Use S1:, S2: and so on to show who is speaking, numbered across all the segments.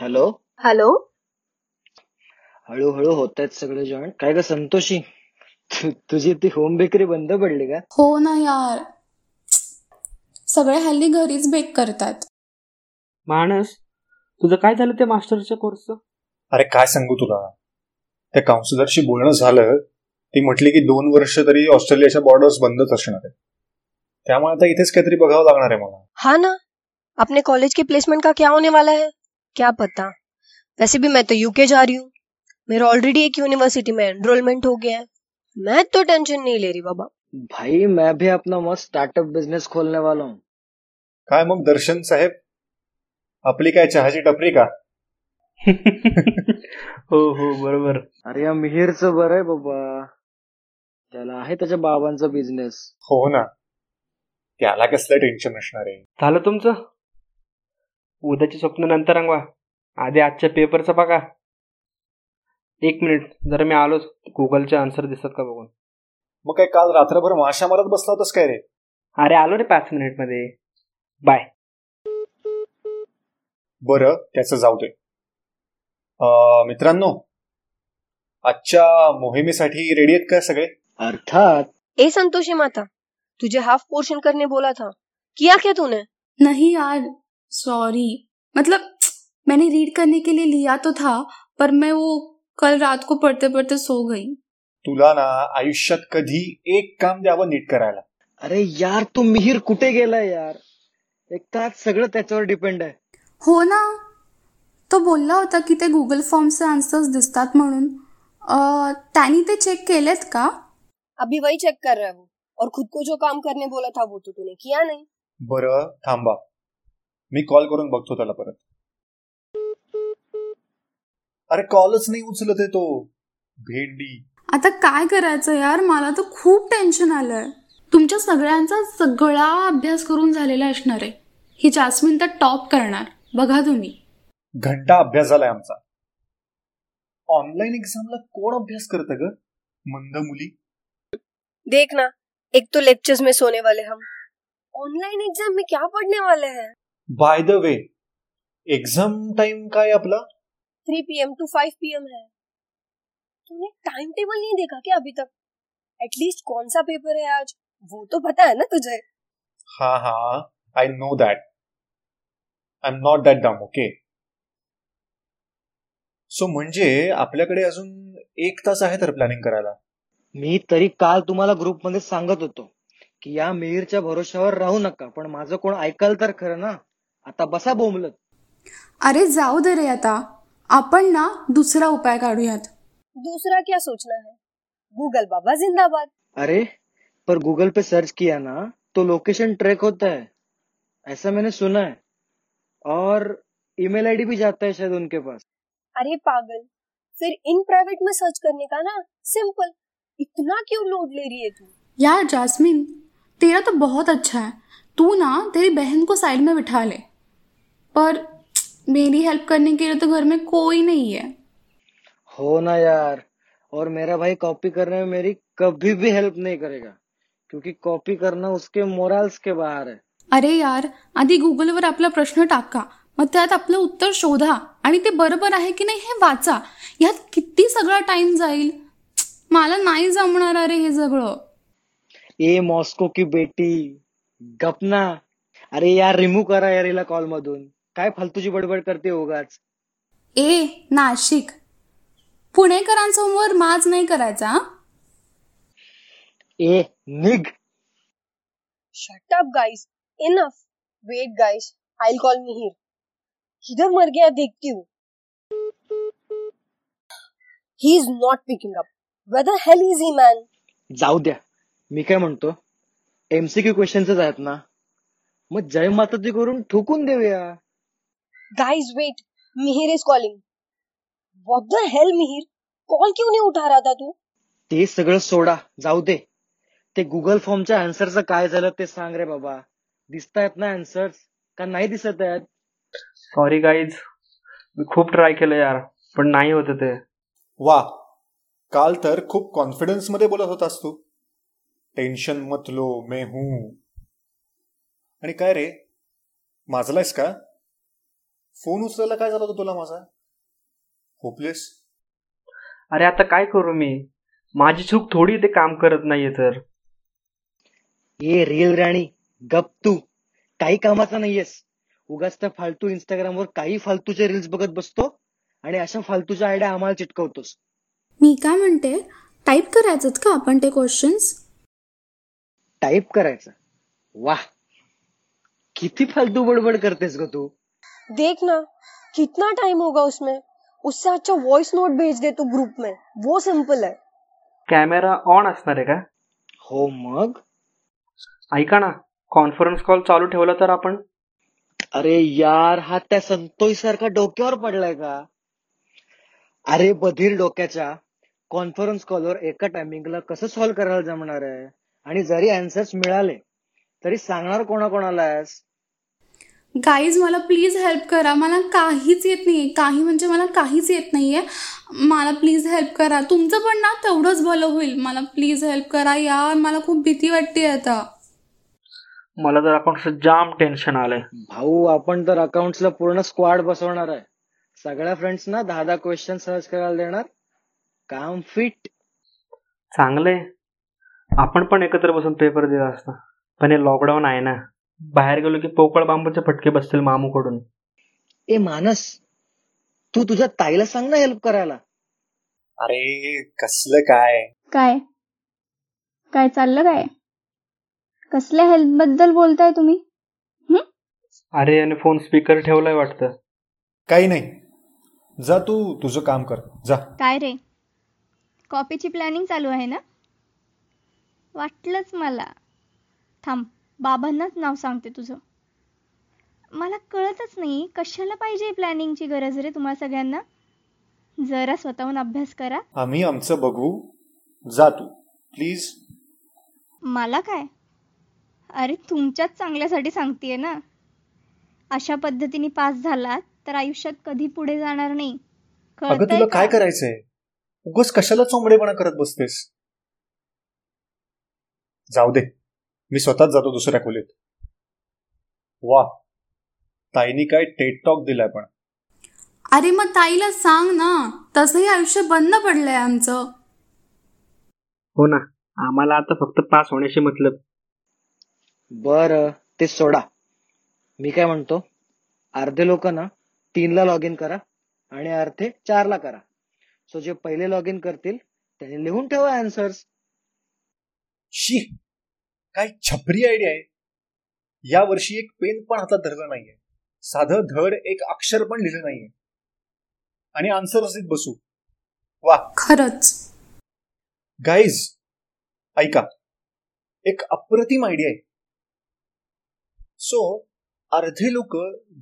S1: Hello
S2: hello
S1: हळूहळू होत आहेत सगळे जॉईन काय ग संतोषी तु- तुझी ती होम बेकरी बंद पडली का
S3: हो ना यार सगळे हल्ली घरीच बेक करतात
S4: माणस तुझं काय झालं ते मास्टरच्या कोर्सचं
S5: अरे काय सांगू तुला त्या काउन्सिलरशी बोलणं झालं ती म्हटली की दोन वर्ष तरी ऑस्ट्रेलियाच्या बॉर्डर्स बंदच असणार आहेत त्यामुळे आता इथेच काहीतरी बघावं लागणार आहे मला
S6: हाँ ना अपने कॉलेज के प्लेसमेंट का क्या होने वाला है क्या पता वैसे भी मैं तो यूके जा रही हूँ मेरा ऑलरेडी एक यूनिवर्सिटी में एनरोलमेंट हो गया है मैं तो टेंशन नहीं ले रही बाबा
S1: भाई मैं भी अपना मस्त स्टार्टअप बिझनेस खोलने वाला हूँ
S5: काय मग दर्शन साहेब आपली काय चहाची टपरी का
S4: हो हो बरोबर
S1: अरे या मिहीरचं बरं आहे बाबा त्याला आहे त्याच्या बाबांचा बिझनेस
S5: हो ना त्याला कसलं टेन्शन असणार आहे
S4: झालं तुमचं उद्याची स्वप्न नंतर रंगवा आधी आजच्या पेपरचा बघा एक मिनिट जरा मी आलोच गुगलचे आन्सर दिसतात का बघून
S5: मग काय काल रात्रभर माशा मारत बसला होतास काय रे
S4: अरे आलो रे पाच मिनिटमध्ये बाय
S5: बरं त्याचं जाऊ दे अं, मित्रांनो आजच्या मोहिमेसाठी रेडी आहेत का सगळे
S1: अर्थात
S6: ए संतोषी माता तुझे हाफ पोर्शन करने बोला था किया क्या तूने
S3: नहीं यार सॉरी मतलब मैंने रीड करने के लिए लिया तो था पर मैं वो कल रात को पढ़ते पढ़ते सो गई
S5: तुला ना आयुष्यात कधी एक काम द्यावं नीट करायला
S1: अरे यार तू मिहीर कुठे गेला यार एक तर आज सगळं त्याच्यावर डिपेंड आहे
S3: हो ना तो बोलला होता की ते गुगल फॉर्मचे आन्सर्स दिसतात म्हणून अं, त्यांनी ते चेक केलेत का
S6: अभी वही चेक कर रहा है वो और खुद को जो काम करने बोला था वो तो तूने किया नहीं
S5: बरं थांबा मी कॉल करून बघतो त्याला परत अरे कॉलच नाही उचलत आहे तो भेंडी
S3: आता काय करायचं यार मला तर खूप टेन्शन आलंय तुमच्या सगळ्यांचा सगळा अभ्यास करून झालेला असणार आहे ही जास्मिन तर टॉप करणार बघा तुम्ही
S5: घंटा अभ्यास झालाय आमचा ऑनलाईन एक्झामला कोण अभ्यास करतं ग मंद मुली
S6: देखना एक तो लेक्चर्स में सोने वाले हम ऑनलाइन एग्जाम में क्या पढ़ने वाले हैं
S5: by the way exam time काय आपला
S6: three PM to five PM है तूने टाइम टेबल नहीं देखा क्या अभी तक एटलीस्ट कौन सा पेपर है आज वो तो पता है ना तुझे
S5: हा हा I know that I am not that dumb okay so म्हणजे आपल्याकडे अजून एक तास आहे तर प्लॅनिंग करायला
S1: मी तरी काल तुम्हाला ग्रुपमध्ये सांगत होतो की या मिहीरच्या भरोश्यावर राहू नका पण माझं कोण ऐकाल तर खरं ना आता बसा बोंबलत
S3: अरे जाऊ दे रे आता आपण ना दुसरा उपाय काढूयात
S6: दूसरा क्या सोचना है गूगल बाबा जिंदाबाद
S1: अरे पर गूगल पे सर्च किया ना तो लोकेशन ट्रैक होता है ऐसा मैंने सुना है और ईमेल आईडी भी जाता है शायद उनके पास
S6: अरे पागल फिर इन प्राइवेट में सर्च करने का ना सिंपल इतना क्यों लोड ले रही है तू
S3: यार जास्मिन तेरा तो बहुत अच्छा है तू ना तेरी बहन को साइड में बिठा ले पर मेरी हेल्प करने के लिए तो घर में कोई नहीं है
S1: हो ना यार और मेरा भाई कॉपी करने में मेरी कभी भी हेल्प नहीं करेगा क्योंकि कॉपी करना उसके मोरल्स के बाहर है
S3: अरे यार आधी गुगलवर आपला प्रश्न टाका मग त्यात आपलं उत्तर शोधा आणि ते बरोबर आहे की नाही हे वाचा ह्यात किती सगळा टाइम जाईल मला नाही जमणार अरे हे सगळं
S1: ए मॉस्को की बेटी गपना अरे यार रिमूव्ह करा यार हिला कॉल मधून काय फालतूची बडबड करते उगाच
S3: ए नाशिक पुणेकरांसमोर माज नाही करायचा हं?
S1: ए निघ
S6: shut up guys enough wait guys I will call Mihir किधर मर गया देखती हूँ he is not picking up वेदर हेल इज ही मैन
S1: जाऊ द्या मी काय म्हणतो एमसीक्यू क्वेश्चनच आहेत ना मग जय माता दी करून ठोकून देऊया
S6: guys wait Mihir is calling what the hell Mihir call क्यों नहीं उठा रहा था तू
S1: ते सगळं सोडा जाऊ दे ते गुगल फॉर्मच्या आन्सरचं काय झालं ते सांग रे बाबा दिसतायत ना आन्सर्स का नाही दिसत आहेत
S4: सॉरी गाईज मी खूप ट्राय केलं यार पण नाही होतं ते
S5: वा काल तर खूप कॉन्फिडन्समध्ये बोलत होतास तू टेन्शन मतलो मे हूं आणि काय रे माजलायस का फोन उचलायला काय झाला होता तुला माझा होपलेस
S4: अरे आता काय करू मी माझी चूक थोडी ते काम करत नाहीये तर
S1: ये रिअल राणी गप तू काही कामाचा नाहीयेस उगाच त्या फालतू इंस्टाग्रामवर काही फालतूचे रील्स बघत बसतो आणि अशा फालतूच्या आयडिया आम्हाला चिटकवतोस
S3: मी काय म्हणते टाईप करायचंच का आपण ते क्वेश्चन्स
S1: टाईप करायचं वाह किती फालतू बडबड करतेस ग तू
S6: देख ना कितना टाइम होगा उसमें उससे अच्छा वॉइस नोट भेज दे तू ग्रुप में वो सिंपल है
S4: कॅमेरा ऑन असणार आहे का
S1: हो मग
S4: ऐका ना कॉन्फरन्स कॉल चालू ठेवला तर आपण
S1: अरे यार हा त्या संतोष सारखा डोक्यावर पडलाय का अरे बधीर डोक्याच्या कॉन्फरन्स कॉलवर एका टायमिंगला कसं सॉल्व्ह करायला जमणार आहे आणि जरी अँसर्स मिळाले तरी सांगणार कोणाकोणाला आहेस
S3: गाईज मला प्लीज हेल्प करा मला काहीच येत नाही आहे काही म्हणजे मला काहीच येत नाही आहे मला प्लीज हेल्प करा तुमचं पण ना तेवढंच भलं होईल मला प्लीज हेल्प करा यार मला खूप भीती वाटते आता
S4: मला तर अकाउंटचं जाम टेन्शन आलंय
S1: भाऊ आपण तर अकाउंट्सला पूर्ण स्क्वाड बसवणार आहे सगळ्या फ्रेंड्सना दहा दहा क्वेश्चन सर्च करायला देणार काम फिट
S4: चांगलंय आपण पण एकत्र बसून पेपर दिला असता पण हे लॉकडाऊन आहे ना बाहेर गेलो की पोकळ बांबूचे फटके बसतील मामूकडून
S1: ए मानस तू तुझ्या ताईला सांग ना हेल्प करायला
S5: अरे कसलं काय
S2: काय काय चाललं काय कसल्या हेल्थ बद्दल बोलताय तुम्ही
S4: अरे याने फोन स्पीकर ठेवलाय वाटतं
S5: काही नाही जा तू तुझं काम कर जा
S2: काय रे कॉपीची प्लॅनिंग चालू आहे ना वाटलंच मला थांब बाबांनाच नाव सांगते तुझं मला कळतच नाही कशाला पाहिजे प्लॅनिंगची गरज रे तुम्हा सगळ्यांना जरा स्वतःहून अभ्यास करा
S5: आम्ही आमचं बघू जा तू प्लीज
S2: मला काय अरे तुमच्याच चांगल्यासाठी सांगतेय ना अशा पद्धतीने पास झालात तर आयुष्यात कधी पुढे जाणार नाही
S5: अगं
S2: कळतंय
S5: तुला काय
S2: का?
S5: करायचंय उगस कशाला चोंबडेपणा करत बसतेस जाऊ दे मी स्वतःच जातो दुसऱ्या खोलीत वा ताईनी काय टेट टॉक दिलाय पण
S3: अरे मग ताईला सांग ना तसंही आयुष्य बंद पडलंय आमचं
S4: हो ना आम्हाला आता फक्त पास होण्याशी मतलब
S1: बर ते सोडा मी काय म्हणतो अर्धे लोक ना तीनला लॉग इन करा आणि अर्धे चारला करा सो जे पहिले लॉग इन करतील त्यांनी लिहून ठेवा आन्सर्स
S5: शी काय छपरी आयडिया आहे या वर्षी एक पेन पण हातात धरलं नाहीये साधं धड एक अक्षर पण लिहिलं नाहीये आणि आन्सर असेल बसू वा
S3: खरंच
S5: गाईज ऐका एक अप्रतिम आयडिया आहे सो अर्धे लोक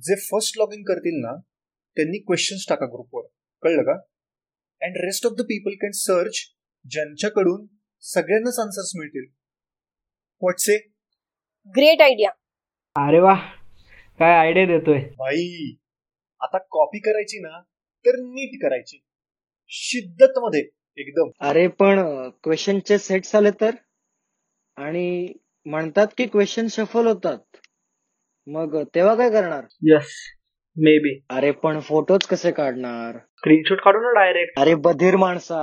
S5: जे फर्स्ट लॉग इन करतील ना त्यांनी क्वेश्चन्स टाका ग्रुपवर कळलं का and rest of the people can search ज्यांच्याकडून सगळ्यांनाच आन्सर्स मिळतील व्हॉट्से
S6: ग्रेट आइडिया
S4: अरे वा काय आयडिया देतोय
S5: भाई आता कॉपी करायची ना तर नीट करायची शिद्दत मध्ये एकदम
S1: अरे पण क्वेश्चनचे सेट्स आले तर आणि म्हणतात की क्वेश्चन सफल होतात मग तेव्हा काय करणार
S4: यस मे बी
S1: अरे पण फोटोज कसे काढणार
S4: स्क्रीनशॉट काढू ना डायरेक्ट
S1: अरे बधीर माणसा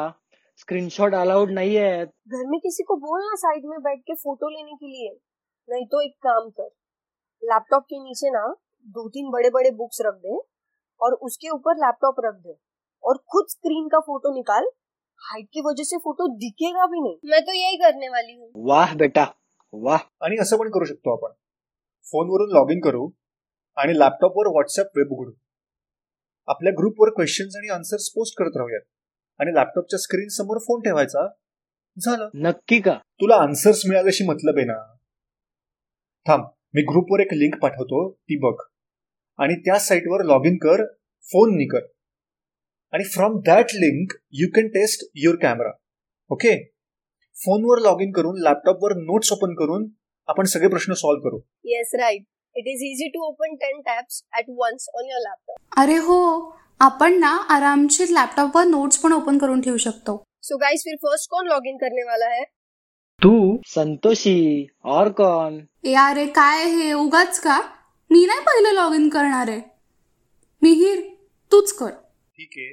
S1: स्क्रीनशॉट अलाउड नाहीयेत
S6: घर में किसी को बोल ना साइड में बैठ के फोटो लेने के लिए नहीं तो एक काम कर लैपटॉप के नीचे ना दो तीन बड़े बड़े बुक्स रख दे और उसके ऊपर लैपटॉप रख दे और खुद स्क्रीन का फोटो निकाल हाइट की वजह से फोटो दिखेगा भी नहीं मैं तो यही करने वाली हूँ
S1: वाह बेटा वाह
S5: आणि असं पण करू शकतो आपण फोनवरून लॉग इन करू आणि लॅपटॉपवर व्हॉट्सअप वेब उघडू आपल्या ग्रुपवर क्वेश्चन्स आणि आन्सर्स पोस्ट करत राहूयात आणि लॅपटॉपच्या स्क्रीन समोर फोन ठेवायचा झालं
S1: नक्की का
S5: तुला आन्सर्स मिळाल्याशी मतलब आहे ना थांब मी ग्रुपवर एक लिंक पाठवतो ती बघ आणि त्या साईटवर लॉग इन कर फोन नी कर आणि from that link you can test your camera okay फोनवर लॉग इन करून लॅपटॉपवर नोट्स ओपन करून आपण सगळे प्रश्न सॉल्व्ह करू
S6: yes right it is easy to open ten tabs at once on your laptop
S3: अरे हो आपण ना आरामशीर लॅपटॉपवर नोट्स पण ओपन करून ठेवू शकतो
S6: सो गाइस फिर फर्स्ट कौन लॉग इन करने वाला है
S4: तू
S1: संतोषी और कौन
S3: ए अरे काय हे उगाच का मी नाही पहिलं लॉग इन करणार आहे मिहीर तूच कर
S5: ठीक आहे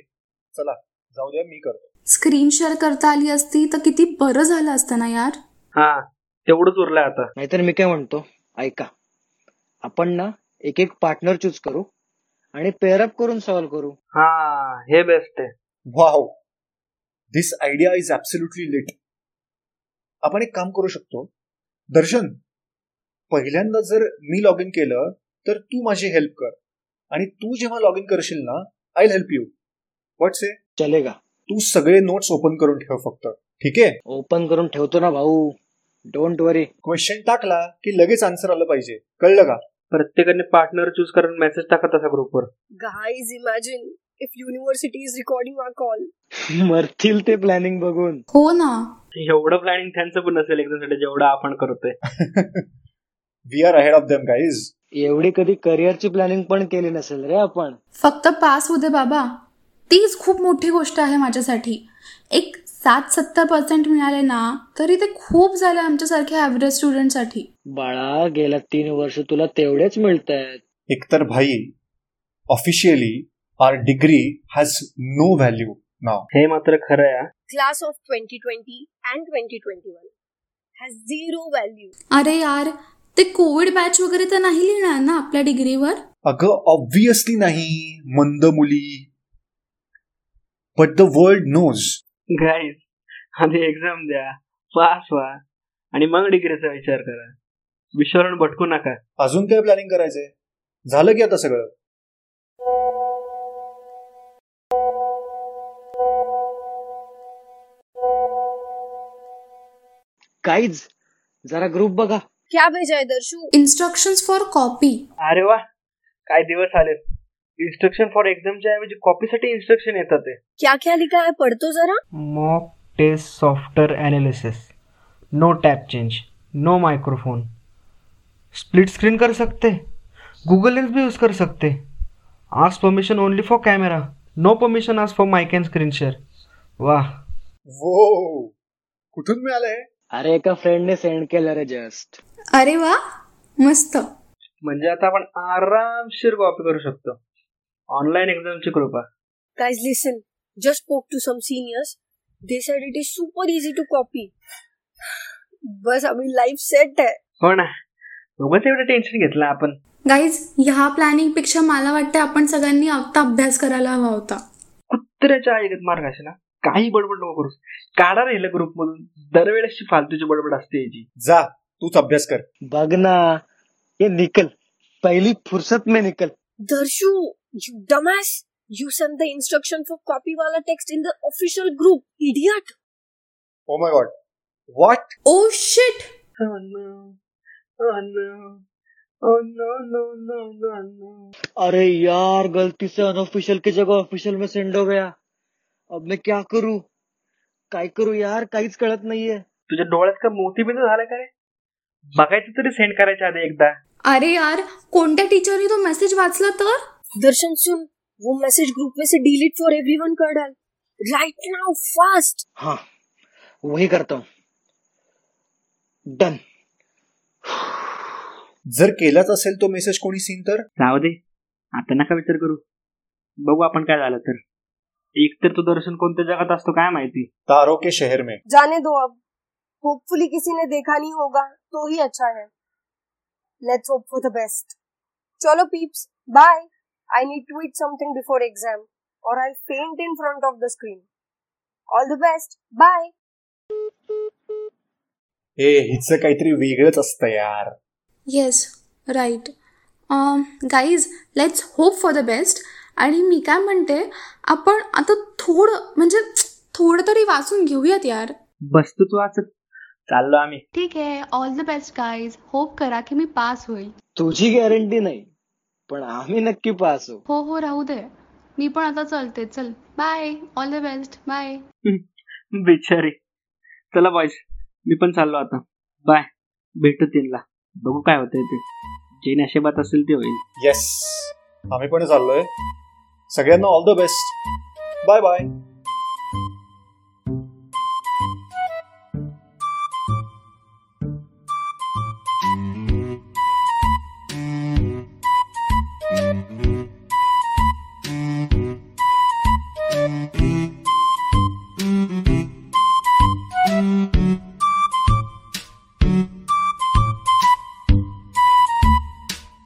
S5: चला जाऊ द्या मी करतो
S3: स्क्रीन शेअर करता आली असती तर किती बरं झालं असतं ना यार
S4: हा तेवढंच उरलंय आता
S1: नाहीतर मी काय म्हणतो ऐका आपण ना एक एक पार्टनर चूज करू आणि पेअरअप करून सॉल्व्ह करू
S4: हा हे बेस्ट आहे
S5: wow this idea is absolutely lit आपण एक काम करू शकतो दर्शन पहिल्यांदा जर मी लॉग इन केलं तर तू माझी हेल्प कर आणि तू जेव्हा लॉग इन करशील ना आय हेल्प यू व्हॉट्स ए
S1: चलेगा
S5: तू सगळे नोट्स ओपन करून ठेव फक्त ठीक आहे
S1: ओपन करून ठेवतो ना भाऊ डोंट वरी
S5: क्वेश्चन टाकला की लगेच आन्सर आलं पाहिजे कळलं का
S4: प्रत्येकाने पार्टनर चूज करून मेसेज टाकत असा ग्रुपवर
S6: Guys, imagine if university is recording our call.
S1: मरतील ते प्लॅनिंग बघून
S3: हो ना
S4: एवढं प्लॅनिंग त्यांचं पण नसेल एक्झामसाठी जेवढं आपण करतोय
S5: we are ahead of them guys
S1: एवढी कधी करिअरची प्लॅनिंग पण केली नसेल रे आपण
S3: फक्त पास होते बाबा तीच खूप मोठी गोष्ट आहे माझ्यासाठी एक सात सत्तर पर्सेंट मिळाले ना तरी ते खूप झालं आमच्यासारख्या ॲव्हरेज स्टुडंटसाठी
S1: बाळा गेल्या तीन वर्ष तुला तेवढेच मिळत
S5: एकतर भाई officially our degree has no value नाव
S4: हे मात्र खरं आहे हा.
S6: Class of 2020 and 2021 has zero value.
S3: अरे यार ते कोविड बॅच वगैरे तर नाही लिहिणार ना आपल्या डिग्रीवर
S5: अगं ऑब्विसली नाही मंद मुली but the world knows
S4: guys आधी एक्झाम द्या पास व्हा आणि मग डिग्रीचा विचार करा विश्वरण भटकू नका
S5: अजून काय प्लॅनिंग करायचंय झालं की आता सगळं
S1: काहीच जरा ग्रुप बघा
S6: क्या भेजा है दर्शु?
S3: इन्स्ट्रक्शन्स फॉर कॉपी
S4: अरे वा काय दिवस आले इन्स्ट्रक्शन फॉर एक्झामच्या ऐवजी कॉपीसाठी इन्स्ट्रक्शन येतात ते
S6: क्या क्या लिखा है पढ़ तो जरा
S4: mock test software analysis no tab change no microphone split screen कर सकते गूगल लेंस भी यूज़ कर सकते आज permission only for camera no permission आज for mic and screen share वाह
S5: वो कुठून मिळालंय
S1: अरे एका फ्रेंडने सेंड केलं रे जस्ट
S3: अरे वा मस्त
S4: म्हणजे आता आपण आरामशीर कॉपी करू शकतो ऑनलाईन एक्झामची कृपा
S6: Guys, listen. Just spoke to some seniors. They said it is super easy to copy. बस अभी लाइफ सेट है
S4: हो ना उगाच एवढं टेन्शन घेतलं आपण
S3: गाईज ह्या प्लॅनिंगपेक्षा मला वाटतं आपण सगळ्यांनी आता अभ्यास करायला हवा होता
S4: कुत्र्याच्या ऐकत मार्ग असे ना काही बडबड नको करूस काढा राहिलं ग्रुपमधून दरवेळेसची फालतूची बडबड असते याची
S5: जा तूच अभ्यास कर
S1: बघ ना ये निकल पहिली फुर्सत में निकल
S6: दर्शु you dumbass you sent the instruction for copy wala text in the official group idiot
S5: oh my god what
S3: oh shit
S4: Oh no. Oh no. Oh no no no no no.
S1: अरे यार गलती से unofficial की जगह official में send हो गया अब मैं क्या करूं काय करू यार काहीच कळत नाहीये
S4: तुझ्या डोळ्यात का मोतीबिंदू झाला का रे बघायचं तरी सेंड करायच्या आधी एकदा
S3: अरे यार कोणत्या टीचरनी तो मेसेज वाचला तर
S6: दर्शन सुन वो मैसेज ग्रुप में से डिलीट फॉर एवरीवन कर डाल राइट नाउ फास्ट
S1: हाँ वही करता हूं डन
S5: जर केलाच असेल तो मेसेज कोणी सीन तर
S4: जाऊ दे आता नका विचार करू बघू आपण काय झालं तर एकतर तो दर्शन कोणत्या जगात असतो काय माहिती
S5: तारो के शहर में
S6: जाने दो अब होपफुली किसी ने देखा नहीं होगा तो ही अच्छा है let's hope for the best चलो peeps bye I need to eat something before exam और I faint in front of the screen all the best bye
S5: हे हिचं काहीतरी वेगळंच असतं यार
S3: yes right Um, guys let's hope for the best आणि मी काय म्हणते आपण आता थोडं म्हणजे थोडं तरी वाचून घेऊयात यार
S4: बसतो तू आज चाललो आम्ही
S7: ठीक आहे all the best guys hope करा की मी पास होईल
S1: तुझी गॅरंटी नाही पण आम्ही नक्की पास होऊ
S7: हो हो राहू दे मी पण आता चलते चल bye all the best bye
S4: बिचारी चला बॉयज मी पण चाललो आता बाय भेटू तीनला बघू काय होतंय ते जे नशेबात असेल ते होईल
S5: येस आम्ही पण चाललोय सगळ्यांना all the best bye bye